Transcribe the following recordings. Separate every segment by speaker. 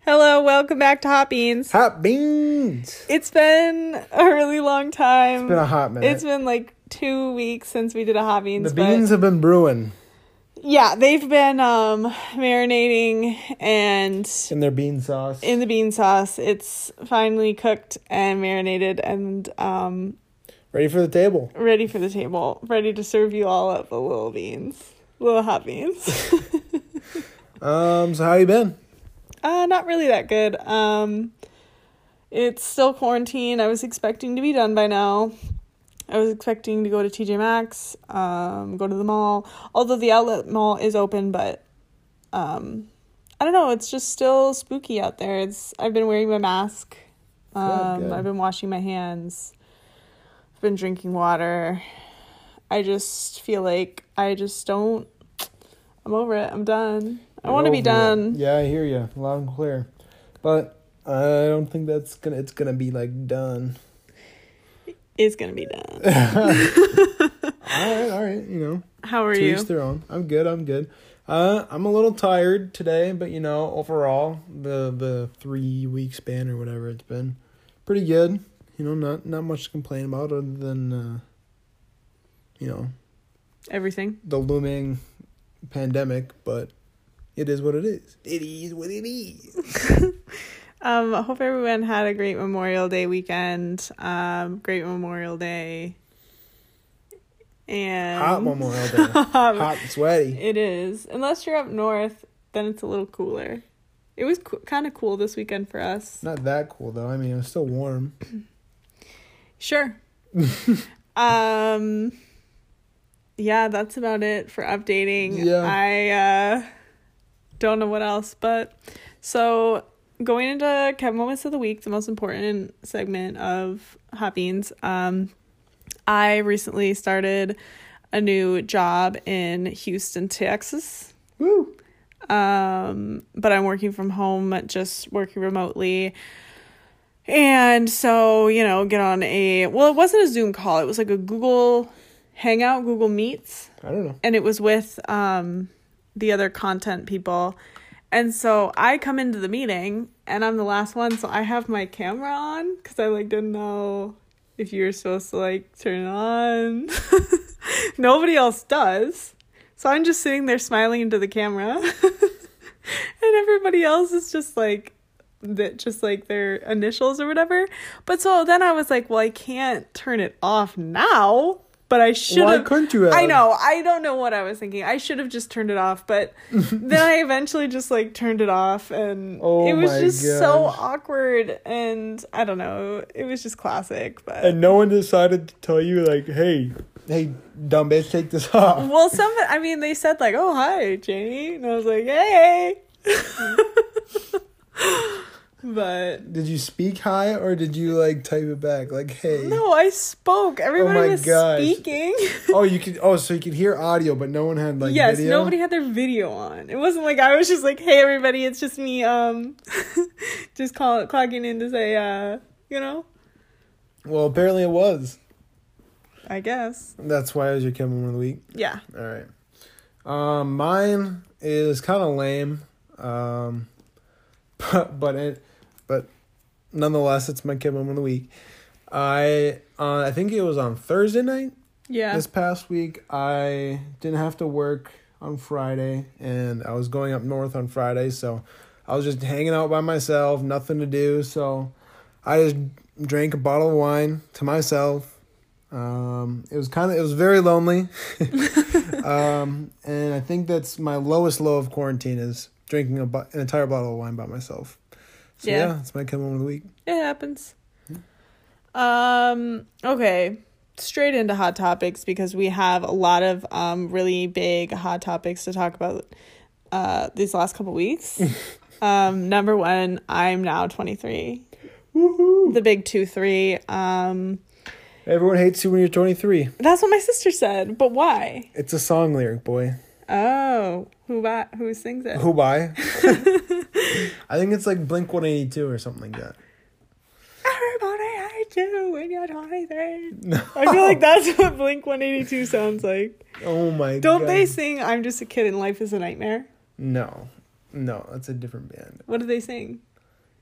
Speaker 1: Hello, welcome back to Hot Beans.
Speaker 2: Hot beans.
Speaker 1: It's been a really long time.
Speaker 2: It's been a hot minute.
Speaker 1: It's been like two weeks since we did a Hot Beans.
Speaker 2: the beans have been brewing
Speaker 1: But yeah, they've been um, marinating and
Speaker 2: in their bean sauce.
Speaker 1: in the bean sauce. It's finally cooked and marinated and um,
Speaker 2: Ready for the table.
Speaker 1: ready for the table, ready to serve you all up the little beans, little hot beans.
Speaker 2: Um, so how you been?
Speaker 1: uh, not really that good. Um, it's still quarantine. I was expecting to be done by now. I was expecting to go to TJ Maxx, um, go to the mall. Although the outlet mall is open, but um, I don't know. It's just still spooky out there. It's I've been wearing my mask.
Speaker 2: not
Speaker 1: Um,
Speaker 2: good.
Speaker 1: I've been washing my hands. I've been drinking water. I just feel like I just don't. I'm over it. I'm done. I want to be
Speaker 2: Over it.
Speaker 1: done.
Speaker 2: Yeah, I hear you loud and clear, but I don't think that's gonna. It's gonna be like done.
Speaker 1: It's gonna be done.
Speaker 2: all right, all right. You know,
Speaker 1: How are
Speaker 2: to
Speaker 1: you?
Speaker 2: each their own. I'm good. I'm good. Uh, I'm a little tired today, but you know, overall, the the three week span or whatever it's been, pretty good. You know, not not much to complain about other than, uh, you know,
Speaker 1: Everything.
Speaker 2: the looming pandemic. But it is what it is. It is what it is.
Speaker 1: Um, I hope everyone had a great Memorial Day weekend. Um, great Memorial Day. And
Speaker 2: Hot Memorial Day. Hot and sweaty.
Speaker 1: It is. Unless you're up north, then it's a little cooler. It was co- kind of cool this weekend for us.
Speaker 2: Not that cool though. I mean, it was still warm.
Speaker 1: Sure. um yeah, that's about it for updating.
Speaker 2: Yeah.
Speaker 1: I uh don't know what else, but so going into Kev Moments of the Week, the most important segment of Hot Beans, um, I recently started a new job in Houston, Texas.
Speaker 2: Woo.
Speaker 1: um but i'm working from home just working remotely and so you know get on a well it wasn't a zoom call it was like a google hangout google meets
Speaker 2: I don't know.
Speaker 1: and it was with um the other content people and so i come into the meeting and i'm the last one so i have my camera on because i like didn't know if you were supposed to like turn it on nobody else does so i'm just sitting there smiling into the camera and everybody else is just like that just like their initials or whatever but so then i was like well i can't turn it off now but i should
Speaker 2: Why
Speaker 1: have
Speaker 2: couldn't you?
Speaker 1: I
Speaker 2: have?
Speaker 1: know. I don't know what I was thinking. I should have just turned it off, but then I eventually just like turned it off and
Speaker 2: Oh
Speaker 1: it was
Speaker 2: my
Speaker 1: just so
Speaker 2: gosh.
Speaker 1: awkward and I don't know. It was just classic, but
Speaker 2: and no one decided to tell you like hey hey dumb bitch take this off
Speaker 1: well, some I mean they said like, "Oh, hi, Janie." And I was like, "Hey." but
Speaker 2: did you speak high or did you like type it back like hey Oh
Speaker 1: no, I spoke. Everybody
Speaker 2: my
Speaker 1: was
Speaker 2: gosh.
Speaker 1: speaking.
Speaker 2: oh you could oh so you could hear audio but no one had like
Speaker 1: yes,
Speaker 2: video
Speaker 1: nobody had their video on. It wasn't like I was just like, "Hey, everybody, it's just me." Um, just call clogging in to say, uh, you know,
Speaker 2: well apparently it was
Speaker 1: I guess,
Speaker 2: that's why it was your Kevin one of the week
Speaker 1: yeah.
Speaker 2: all right um mine is kind of lame um but but it but nonetheless it's my Kevin one of the week I uh, I think it was on Thursday night
Speaker 1: Yeah.
Speaker 2: This past week, I didn't have to work on Friday, and I was going up north on Friday, so I was just hanging out by myself, nothing to do. So I just drank a bottle of wine to myself. Um, it was kind of, it was very lonely. um, and I think that's my lowest low of quarantine is drinking a, bo- an entire bottle of wine by myself. So
Speaker 1: Yeah.
Speaker 2: yeah, it's my come home of the week.
Speaker 1: It happens. Um, okay. Straight into hot topics because we have a lot of um really big hot topics to talk about uh these last couple weeks. um number 1, I'm now 23. The big 2 3. Um
Speaker 2: Everyone hates you when you're 23.
Speaker 1: that's what my sister said, but why?
Speaker 2: It's a song lyric, boy.
Speaker 1: Oh, who by, who sings it?
Speaker 2: Who by? I think it's like Blink 182 or something like that.
Speaker 1: Everybody hates you when you're 23. I feel like that's what Blink 182 sounds like.
Speaker 2: Oh my
Speaker 1: Don't
Speaker 2: god.
Speaker 1: they sing I'm Just a Kid and Life is a Nightmare?
Speaker 2: No. No, that's a different band.
Speaker 1: What do they sing?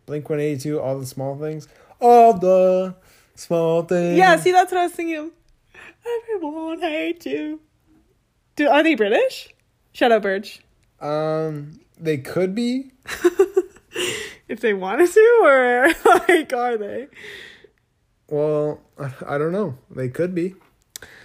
Speaker 2: Blink 182, all the small things. All the small things.
Speaker 1: Yeah, see, that's what I was thinking. Everyone hates you. Do, are they British? Shut up, Birch.
Speaker 2: Um, they could be.
Speaker 1: If they wanted to, or like, are they?
Speaker 2: Well, I- I don't know. They could be.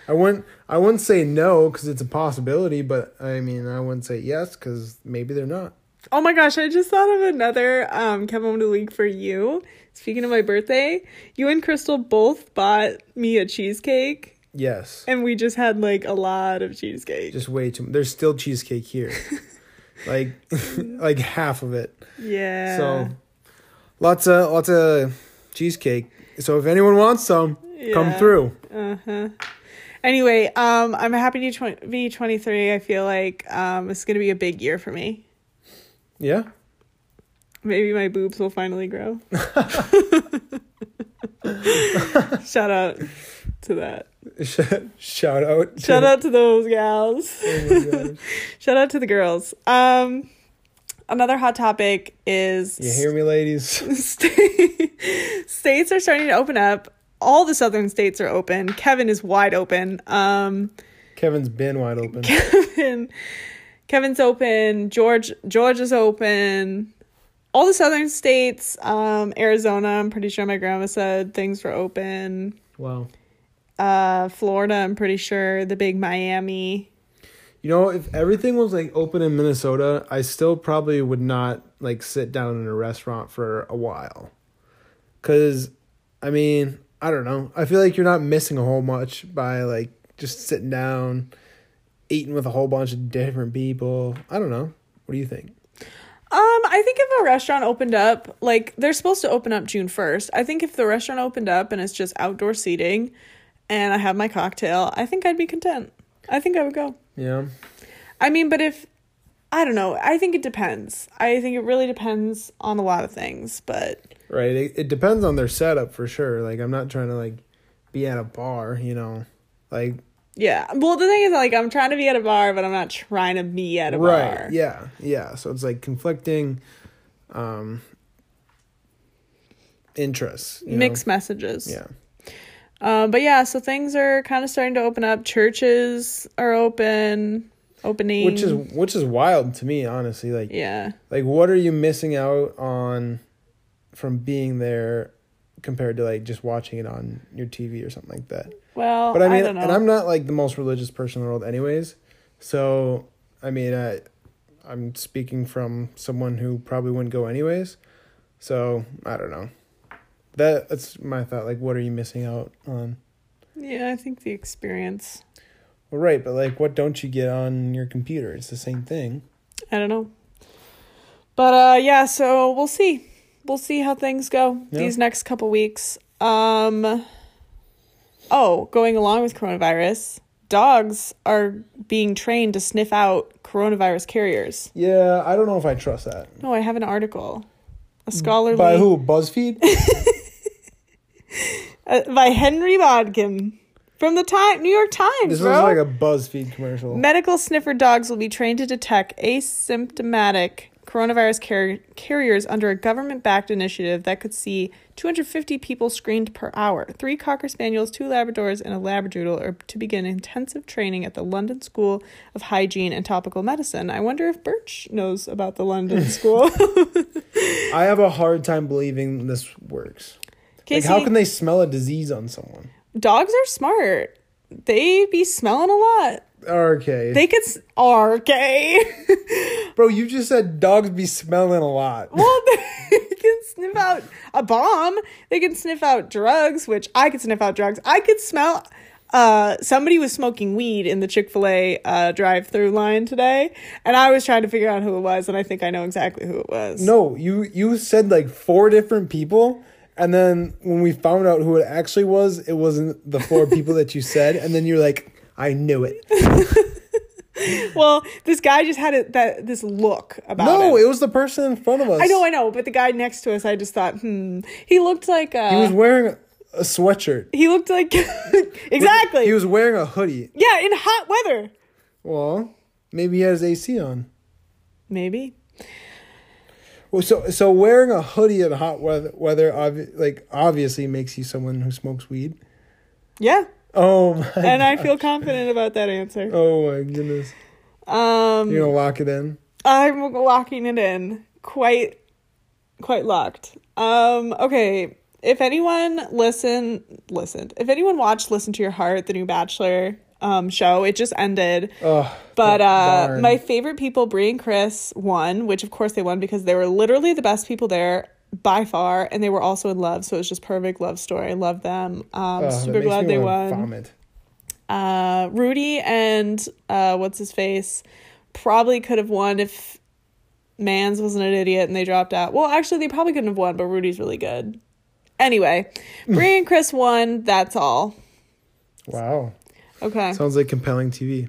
Speaker 2: I wouldn't. I wouldn't say no because it's a possibility, but I mean, I wouldn't say yes because maybe they're not.
Speaker 1: Oh my gosh, I just thought of another um come home to league for you. Speaking of my birthday, you and Crystal both bought me a cheesecake
Speaker 2: Yes,
Speaker 1: and we just had like a lot of cheesecake.
Speaker 2: just way too. There's still cheesecake here, like, like half of it.
Speaker 1: yeah.
Speaker 2: So, lots of lots of cheesecake. So if anyone wants some, come
Speaker 1: Yeah.
Speaker 2: through.
Speaker 1: Uh-huh. Anyway, um I'm happy to twen- be 23. I feel like um it's going to be a big year for me.
Speaker 2: Yeah.
Speaker 1: Maybe my boobs will finally grow. Shout out to that.
Speaker 2: Shout out. to-
Speaker 1: Shout out to those gals.
Speaker 2: Oh my gosh.
Speaker 1: Shout out to the girls. Um, another hot topic is
Speaker 2: You hear me, ladies?
Speaker 1: st- states are starting to open up. All the southern states are open. Kevin is wide open. Um,
Speaker 2: Kevin's been wide open.
Speaker 1: Kevin, Kevin's open. George, George is open. All the southern states, um, Arizona. I'm pretty sure my grandma said things were open.
Speaker 2: Wow.
Speaker 1: Uh, Florida. I'm pretty sure the big Miami.
Speaker 2: You know, if everything was like open in Minnesota, I still probably would not like sit down in a restaurant for a while. Cause I mean, I don't know. I feel like you're not missing a whole much by like just sitting down, eating with a whole bunch of different people. I don't know. What do you think?
Speaker 1: Um, I think if a restaurant opened up, like they're supposed to open up June first. I think if the restaurant opened up and it's just outdoor seating, and I have my cocktail, I think I'd be content. I think I would go.
Speaker 2: Yeah.
Speaker 1: I mean, but if I don't know, I think it depends. I think it really depends on a lot of things. But
Speaker 2: Right. It, it depends on their setup for sure. Like I'm not trying to like be at a bar, you know. Like
Speaker 1: yeah, well, the thing is, like, I'm trying to be at a bar, but I'm not trying to be at a
Speaker 2: right
Speaker 1: bar.
Speaker 2: yeah yeah so it's like conflicting um interests you know?
Speaker 1: Mixed messages.
Speaker 2: yeah
Speaker 1: Um, but yeah, so things are kind of starting to open up. Churches are open, opening.
Speaker 2: which is which is wild to me honestly like
Speaker 1: yeah.
Speaker 2: like what are you missing out on from being there compared to like just watching it on your tv or something like that
Speaker 1: Well,
Speaker 2: but i mean
Speaker 1: Oh, don't know.
Speaker 2: and i'm not like the most religious person in the world anyways so i mean i i'm speaking from someone who probably wouldn't go anyways so i don't know that that's my thought like what are you missing out on
Speaker 1: yeah, I think the experience.
Speaker 2: well right but like what don't you get on your computer it's the same thing
Speaker 1: I don't know. But uh yeah, so we'll see. We'll see how things go
Speaker 2: Yeah.
Speaker 1: these next couple weeks. Um Oh, going along with coronavirus, dogs are being trained to sniff out coronavirus carriers.
Speaker 2: yeah i don't know if i trust that
Speaker 1: No, I have an article. A scholarly
Speaker 2: by who buzzfeed
Speaker 1: Uh, by Henry Bodkin from the Time New York Times,
Speaker 2: this is
Speaker 1: bro.
Speaker 2: like a buzzfeed commercial
Speaker 1: Medical sniffer dogs will be trained to detect asymptomatic coronavirus car- carriers under a government backed initiative that could see 250 people screened per hour. Three Cocker Spaniels, two Labradors, and a Labradoodle are to begin intensive training at the London School of Hygiene and Topical Medicine. I wonder if Birch knows about the London School.
Speaker 2: i have a hard time believing this works like
Speaker 1: Casey,
Speaker 2: how can they smell a disease on someone
Speaker 1: dogs are smart. They be smelling a lot.
Speaker 2: okay
Speaker 1: They could. S- RK.
Speaker 2: Bro, you just said dogs be smelling a lot.
Speaker 1: Well, they can sniff out a bomb. They can sniff out drugs, which I could sniff out drugs. I could smell. Uh, somebody was smoking weed in the Chick Fil A uh, drive-through line today, and I was trying to figure out who it was, and I think I know exactly who it was.
Speaker 2: No, you you said like four different people, and then when we found out who it actually was, it wasn't the four people that you said, and then you're like, I knew it.
Speaker 1: Well, this guy just had a, that this look about
Speaker 2: No,
Speaker 1: him.
Speaker 2: it was the person in front of us.
Speaker 1: I know, I know, but the guy next to us, I just thought, hmm, he looked like uh,
Speaker 2: He was wearing a sweatshirt.
Speaker 1: He looked like exactly.
Speaker 2: He was wearing a hoodie.
Speaker 1: yeah, in hot weather.
Speaker 2: Well, maybe he has AC on.
Speaker 1: Maybe.
Speaker 2: Well, so so wearing a hoodie in hot weather, weather obvi- like obviously makes you someone who smokes weed.
Speaker 1: Yeah.
Speaker 2: Oh my!
Speaker 1: And I feel confident about that answer.
Speaker 2: Oh my goodness!
Speaker 1: Um
Speaker 2: You're gonna lock it in.
Speaker 1: I'm locking it in. Quite quite locked. Um okay, if anyone listen listened. If anyone watched Listen to Your Heart, the new Bachelor um show, it just ended.
Speaker 2: Oh,
Speaker 1: But uh,
Speaker 2: darn.
Speaker 1: my favorite people, Brie and Chris, won, which of course they won because they were literally the best people there by far, and they were also in love, so it was just perfect love story. I love them. Um,
Speaker 2: Oh, that
Speaker 1: super
Speaker 2: makes
Speaker 1: glad
Speaker 2: me
Speaker 1: they
Speaker 2: wanna
Speaker 1: won.
Speaker 2: Vomit.
Speaker 1: Uh, Rudy and uh, what's his face probably could have won if Mans wasn't an idiot and they dropped out. Well, actually, they probably couldn't have won, but Rudy's really good. Anyway, Brie and Chris won. That's all.
Speaker 2: Wow.
Speaker 1: Okay.
Speaker 2: Sounds like compelling TV.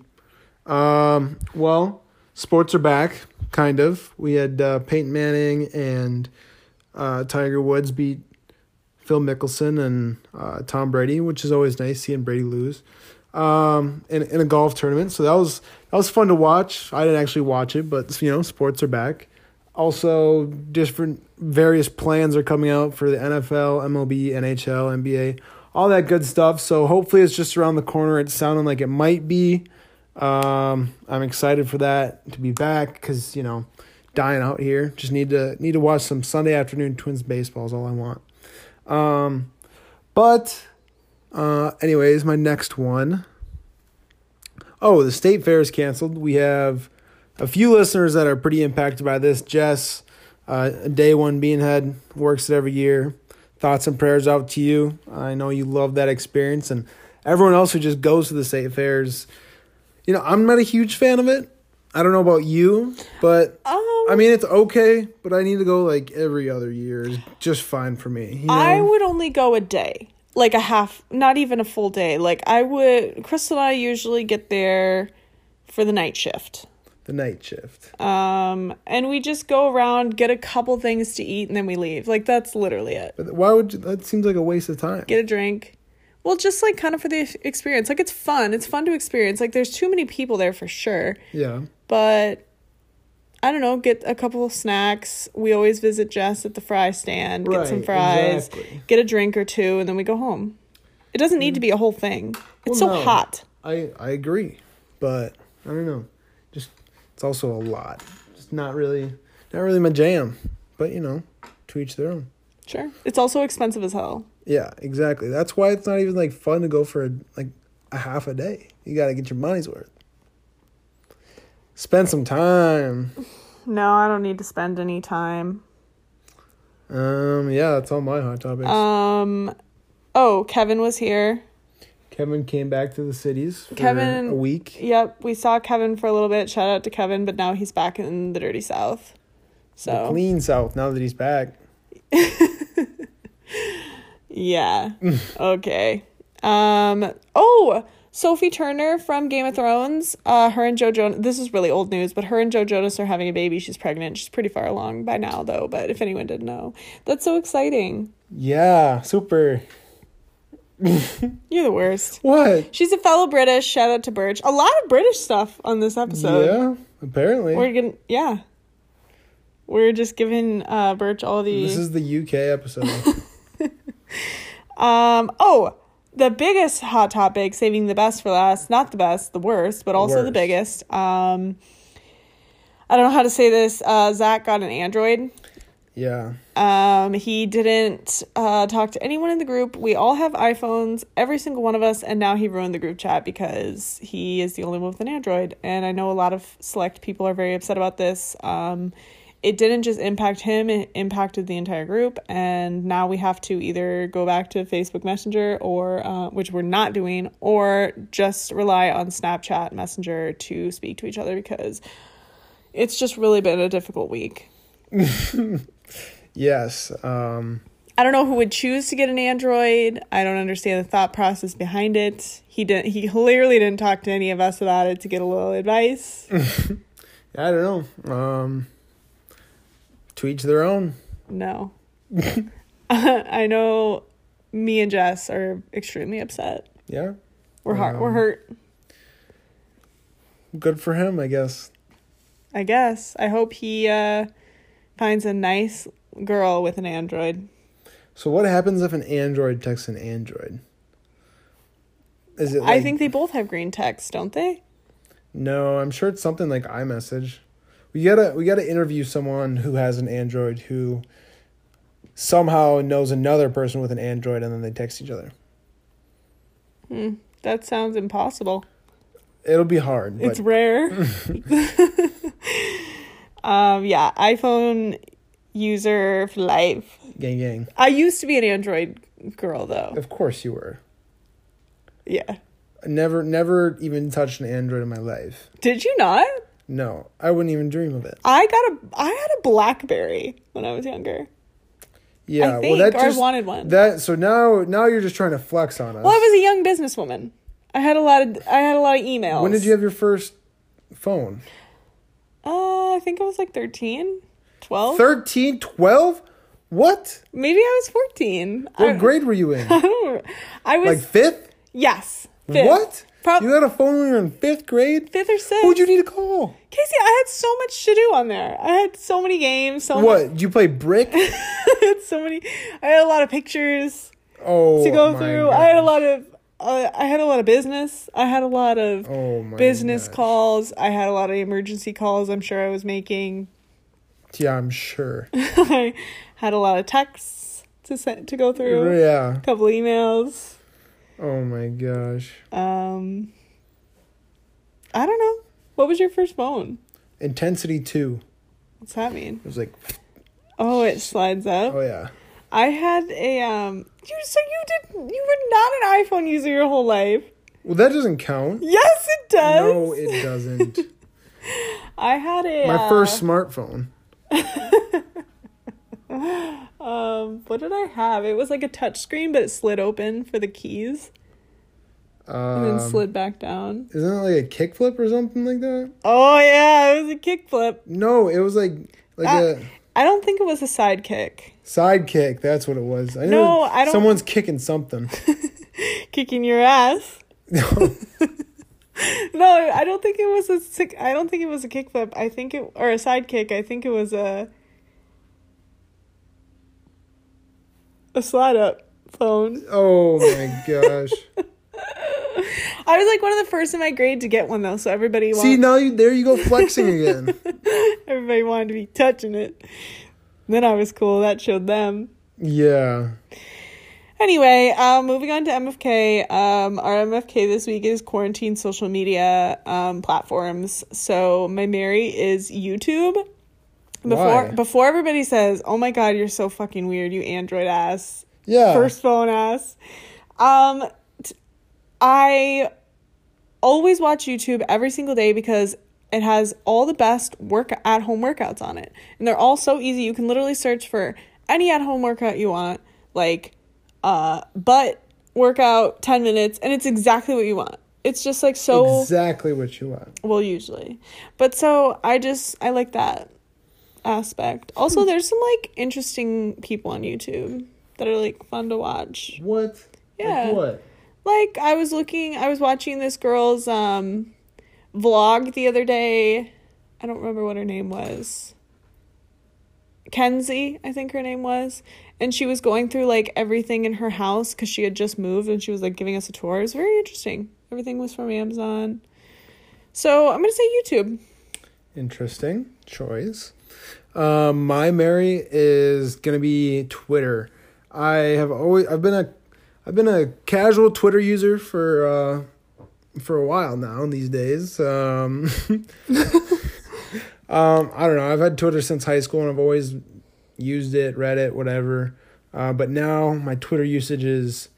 Speaker 2: Um, well, sports are back, kind of. We had uh, Peyton Manning and uh, Tiger Woods beat Phil Mickelson and uh, Tom Brady, which is always nice seeing Brady lose um, in in a golf tournament. So that was that was fun to watch. I didn't actually watch it, but you know, sports are back. Also, different various plans are coming out for the NFL, MLB, NHL, NBA, all that good stuff. So hopefully, it's just around the corner. It's sounding like it might be. Um, I'm excited for that to be back because you know, dying out here. Just need to need to watch some Sunday afternoon Twins baseball is all I want. Um, but uh, anyways, my next one. Oh, the state fair is canceled. We have a few listeners that are pretty impacted by this. Jess, uh, day one bean head, works it every year. Thoughts and prayers out to you. I know you love that experience, and everyone else who just goes to the state fairs. You know, I'm not a huge fan of it. I don't know about you, but
Speaker 1: um,
Speaker 2: I mean, it's okay. But I need to go like every other year is just fine for me. You know?
Speaker 1: I would only go a day, like a half, not even a full day. Like I would, Chris and I usually get there for the night shift.
Speaker 2: the night shift.
Speaker 1: Um, and we just go around, get a couple things to eat, and then we leave. Like that's literally it.
Speaker 2: But why would you, that seems like a waste of time?
Speaker 1: Get a drink. Well, just like kind of for the ex- experience. Like it's fun. It's fun to experience. Like there's too many people there for sure.
Speaker 2: Yeah.
Speaker 1: But I don't know, get a couple of snacks. We always visit Jess at the fry stand, get some
Speaker 2: Right,
Speaker 1: fries,
Speaker 2: exactly.
Speaker 1: get a drink or two, and then we go home. It doesn't need to be a whole thing. It's
Speaker 2: Well,
Speaker 1: so
Speaker 2: no.
Speaker 1: hot.
Speaker 2: I I agree, but I don't know. Just it's also a lot. Just not really not really my jam. But you know, to each their own.
Speaker 1: Sure. It's also expensive as hell.
Speaker 2: Yeah, exactly. That's why it's not even like fun to go for a, like a half a day. You got to get your money's worth. Spend some time.
Speaker 1: No, I don't need to spend any time.
Speaker 2: Um, yeah, that's all my hot topics.
Speaker 1: Um oh, Kevin was here.
Speaker 2: Kevin came back to the cities for
Speaker 1: Kevin-
Speaker 2: a week.
Speaker 1: Yep, we saw Kevin for a little bit. Shout out to Kevin, but now he's back in the dirty south.
Speaker 2: The
Speaker 1: So
Speaker 2: clean south. Now that he's back.
Speaker 1: Yeah. okay. Um. Oh, Sophie Turner from Game of Thrones. Uh, her and Joe Jonas. This is really old news, but her and Joe Jonas are having a baby. She's pregnant. She's pretty far along by now, though. But if anyone didn't know, that's so exciting.
Speaker 2: Yeah, super.
Speaker 1: You're the worst.
Speaker 2: What?
Speaker 1: She's a fellow British. Shout out to Birch. A lot of British stuff on this episode.
Speaker 2: yeah, apparently.
Speaker 1: We're gonna. Yeah. We're just giving uh, Birch all the.
Speaker 2: This is the UK episode.
Speaker 1: Um. Oh, the biggest hot topic, saving the best for last. Not the best, the worst, but also the
Speaker 2: Worst.
Speaker 1: biggest. Um. I don't know how to say this. Uh, Zach got an Android.
Speaker 2: yeah.
Speaker 1: Um, he didn't uh, talk to anyone in the group. We all have iPhones, every single one of us, and now he ruined the group chat because he is the only one with an Android. And I know a lot of select people are very upset about this. Um, it didn't just impact him, it impacted the entire group. And now we have to either go back to Facebook Messenger, or uh, which we're not doing, or just rely on Snapchat Messenger to speak to each other because it's just really been a difficult week.
Speaker 2: Yes. Um,
Speaker 1: I don't know who would choose to get an Android. I don't understand the thought process behind it. He didn't. He clearly didn't talk to any of us about it to get a little advice.
Speaker 2: I don't know. Um, to each their own.
Speaker 1: No, I know me and Jess are extremely upset.
Speaker 2: Yeah.
Speaker 1: We're hurt. we're
Speaker 2: Um,
Speaker 1: hurt.
Speaker 2: Good for him, I guess.
Speaker 1: I guess. I hope he uh, finds a nice girl with an android.
Speaker 2: So what happens if an android texts an android? Is it?
Speaker 1: I
Speaker 2: like-
Speaker 1: think they both have green text, don't they?
Speaker 2: No, I'm sure it's something like iMessage. We gotta we gotta interview someone who has an Android who somehow knows another person with an Android and then they text each other.
Speaker 1: That sounds impossible.
Speaker 2: It'll be hard, but
Speaker 1: it's rare. um, yeah, iPhone user for life.
Speaker 2: gang gang.
Speaker 1: I used to be an Android girl though.
Speaker 2: Of course you were.
Speaker 1: Yeah.
Speaker 2: I never never even touched an Android in my life.
Speaker 1: Did you not?
Speaker 2: No, I wouldn't even dream of it.
Speaker 1: I got a I had a BlackBerry when I was younger.
Speaker 2: Yeah,
Speaker 1: I
Speaker 2: well
Speaker 1: think
Speaker 2: that
Speaker 1: or
Speaker 2: just
Speaker 1: I wanted one.
Speaker 2: that so now now you're just trying to flex on us.
Speaker 1: well, I was a young businesswoman. I had a lot of I had a lot of emails.
Speaker 2: when did you have your first phone?
Speaker 1: Uh, I think I was like 13, 12.
Speaker 2: 13, 12? What?
Speaker 1: Maybe I was 14. I,
Speaker 2: What grade were you in?
Speaker 1: I don't I was
Speaker 2: Like 5th?
Speaker 1: yes. Fifth.
Speaker 2: What?
Speaker 1: Prob-
Speaker 2: you had a phone when you were in fifth grade?
Speaker 1: fifth or sixth.
Speaker 2: Who'd you need to call?
Speaker 1: Casey, I had so much to do on there. I had so many games, so
Speaker 2: What? Did you play brick?
Speaker 1: I had so many I had a lot of pictures
Speaker 2: Oh,
Speaker 1: to go
Speaker 2: my
Speaker 1: through. I had a
Speaker 2: gosh.
Speaker 1: lot of uh, I had a lot of business. I had a lot of
Speaker 2: Oh my
Speaker 1: business
Speaker 2: gosh.
Speaker 1: calls. I had a lot of emergency calls. I'm sure I was making.
Speaker 2: Yeah, I'm sure.
Speaker 1: I had a lot of texts to send to go through.
Speaker 2: yeah.
Speaker 1: A couple emails.
Speaker 2: Oh my gosh.
Speaker 1: Um, I don't know. What was your first phone?
Speaker 2: Intensity two.
Speaker 1: What's that mean?
Speaker 2: It was like,
Speaker 1: Oh, it slides up.
Speaker 2: oh yeah.
Speaker 1: I had a um. You so you did. You were not an iPhone user your whole life.
Speaker 2: Well, that doesn't count.
Speaker 1: Yes, it does.
Speaker 2: No, it doesn't.
Speaker 1: I had a
Speaker 2: My
Speaker 1: uh,
Speaker 2: first smartphone.
Speaker 1: Um, what did I have? It was like a touch screen, but it slid open for the keys and then
Speaker 2: Um,
Speaker 1: slid back down.
Speaker 2: isn't it like a kickflip or something like that?
Speaker 1: Oh yeah, it was a kickflip.
Speaker 2: No, it was like like
Speaker 1: Ah.
Speaker 2: a
Speaker 1: I don't think it was a sidekick.
Speaker 2: sidekick. That's what it was. I
Speaker 1: No,
Speaker 2: knew
Speaker 1: I don't-
Speaker 2: Someone's kicking something.
Speaker 1: Kicking your ass. No, I don't think it was a sick. I don't think it was a kickflip. I think it or a sidekick. I think it was a a slide up phone.
Speaker 2: oh my gosh.
Speaker 1: I was like one of the first in my grade to get one though, so everybody
Speaker 2: See
Speaker 1: wanted,
Speaker 2: now you there you go flexing again.
Speaker 1: everybody wanted to be touching it. Then I was cool. That showed them.
Speaker 2: Yeah.
Speaker 1: Anyway, um, moving on to MFK. Um, our MFK this week is quarantine social media um, platforms. So my Mary is YouTube. Before
Speaker 2: Why?
Speaker 1: before everybody says, "Oh my God, you're so fucking weird, you Android ass,
Speaker 2: Yeah.
Speaker 1: first phone ass," um, t- I always watch YouTube every single day because it has all the best work at home workouts on it. And they're all so easy. You can literally search for any at home workout you want, like uh butt workout 10 minutes and it's exactly what you want. It's just like so
Speaker 2: exactly what you want.
Speaker 1: well usually. But so I just I like that aspect. Also there's some like interesting people on YouTube that are like fun to watch
Speaker 2: What? Like
Speaker 1: Yeah.
Speaker 2: what?
Speaker 1: like i was looking i was watching this girl's um vlog the other day i don't remember what her name was kenzie i think her name was and she was going through like everything in her house because she had just moved and she was like giving us a tour it was very interesting everything was from amazon so i'm gonna say youtube
Speaker 2: Interesting choice. Um, my Mary is gonna be Twitter. I have always I've been a I've been a casual Twitter user for uh, for a while now these days. Um, um, I don't know. I've had Twitter since high school and I've always used it, read it, whatever. Uh, but now my Twitter usage is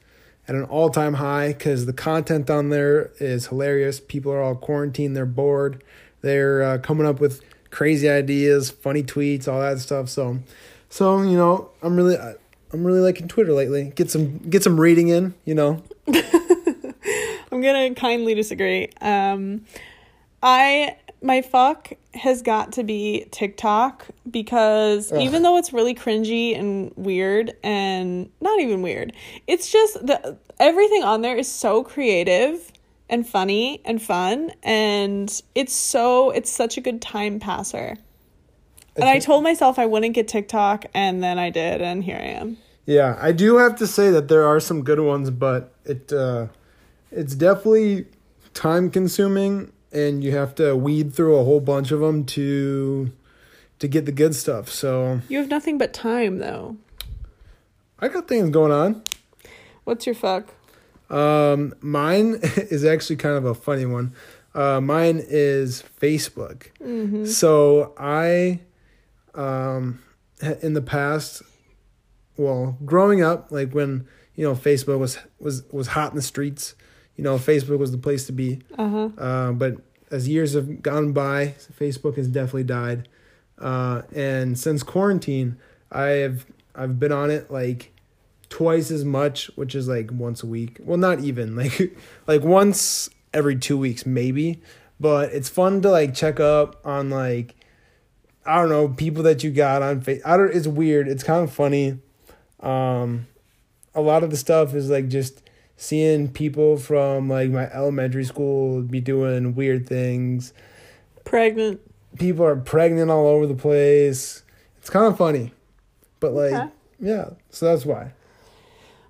Speaker 2: at an all time high because the content on there is hilarious. People are all quarantined, they're bored, they're uh, coming up with crazy ideas, funny tweets, all that stuff. So, so you know, I'm really, I- I'm really liking Twitter lately. Get some, get some reading in, you know.
Speaker 1: i'm gonna kindly disagree um i my fuck has got to be TikTok because
Speaker 2: Ugh.
Speaker 1: even though it's really cringy and weird and not even weird, it's just the everything on there is so creative and funny and fun and it's so it's such a good time passer. And I told myself I wouldn't get TikTok and then I did and here I am.
Speaker 2: Yeah, I do have to say that there are some good ones, but it uh, it's definitely time consuming, and you have to weed through a whole bunch of them to to get the good stuff. So
Speaker 1: You have nothing but time though.
Speaker 2: I got things going on.
Speaker 1: What's your fuck?
Speaker 2: Um, mine is actually kind of a funny one. Uh, mine is Facebook. So I, um, ha- in the past, well, growing up, like when you know Facebook was was was hot in the streets, you know Facebook was the place to be.
Speaker 1: Uh-huh.
Speaker 2: Uh, but as years have gone by, Facebook has definitely died. Uh, and since quarantine, I've I've been on it like twice as much, which is like once a week. Well, not even like like once every two weeks maybe. But it's fun to like check up on like I don't know people that you got on face. I don't. It's weird. It's kind of funny. Um, a lot of the stuff is like just seeing people from like my elementary school be doing weird things.
Speaker 1: Pregnant.
Speaker 2: People are pregnant all over the place. It's kind of funny, but like
Speaker 1: Okay.
Speaker 2: yeah. So that's why.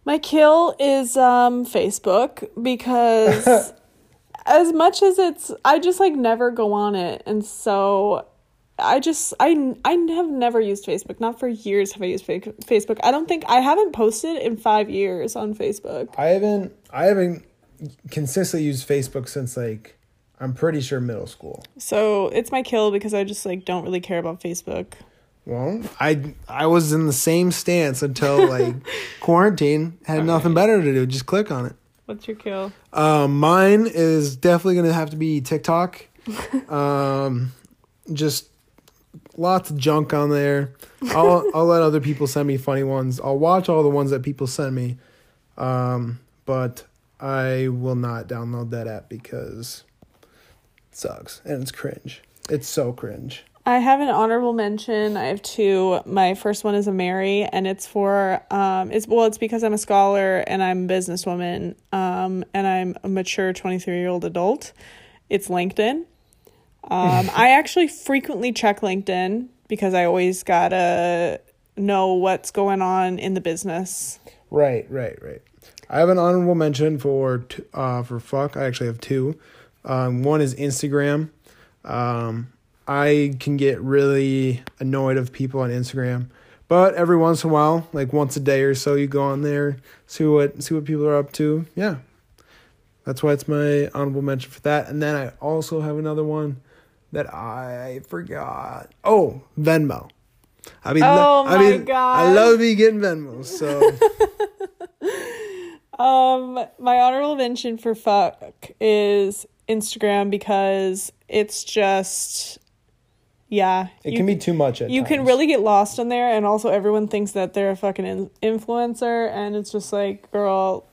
Speaker 1: My kill is um Facebook because as much as it's I just like never go on it and so I just I I have never used Facebook. Not for years have I used Fa- Facebook. I don't think I haven't posted in 5 years on Facebook.
Speaker 2: I haven't I haven't consistently used Facebook since like I'm pretty sure middle school.
Speaker 1: So it's my kill because I just like don't really care about Facebook.
Speaker 2: Well, I I was in the same stance until like quarantine had nothing better to do. Just click on it.
Speaker 1: What's your kill?
Speaker 2: Um, mine is definitely gonna have to be TikTok. um, just lots of junk on there. I'll I'll let other people send me funny ones. I'll watch all the ones that people send me. Um, but I will not download that app because it sucks and it's cringe. It's so cringe.
Speaker 1: I have an honorable mention. I have two. My first one is a Mary, and it's for um, it's well, it's because I'm a scholar and I'm a businesswoman, um, and I'm a mature 23 year old adult. It's LinkedIn. Um, I actually frequently check LinkedIn because I always gotta know what's going on in the business.
Speaker 2: Right, right, right. I have an honorable mention for t- uh for fuck. I actually have two. Um, one is Instagram. Um, I can get really annoyed of people on Instagram, but every once in a while, like once a day or so, you go on there, see what see what people are up to. Yeah, that's why it's my honorable mention for that. And then I also have another one that I forgot. Oh, Venmo. I mean,
Speaker 1: Oh
Speaker 2: I
Speaker 1: my
Speaker 2: mean, I
Speaker 1: God.
Speaker 2: love me getting Venmos. So.
Speaker 1: Um, my honorable mention for fuck is Instagram because it's just, yeah,
Speaker 2: It
Speaker 1: you
Speaker 2: can be too much at
Speaker 1: you can
Speaker 2: times.
Speaker 1: really get lost in there and also everyone thinks that they're a fucking in- influencer and it's just like girl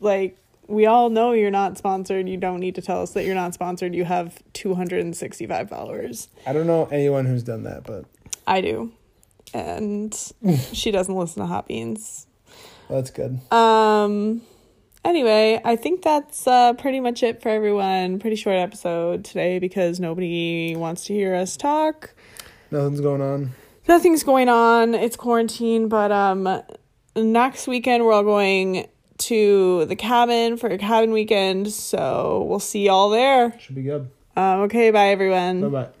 Speaker 1: like we all know you're not sponsored you don't need to tell us that you're not sponsored you have 265 followers
Speaker 2: I don't know anyone who's done that, but
Speaker 1: i do and she doesn't listen to hot beans
Speaker 2: that's good.
Speaker 1: um anyway i think that's uh pretty much it for everyone pretty short episode today because nobody wants to hear us talk
Speaker 2: Nothing's going on.
Speaker 1: nothing's going on. It's quarantine, but um next weekend we're all going to the cabin for a cabin weekend, so we'll see y'all there.
Speaker 2: Should be good.
Speaker 1: Um, okay, bye everyone.
Speaker 2: Bye bye.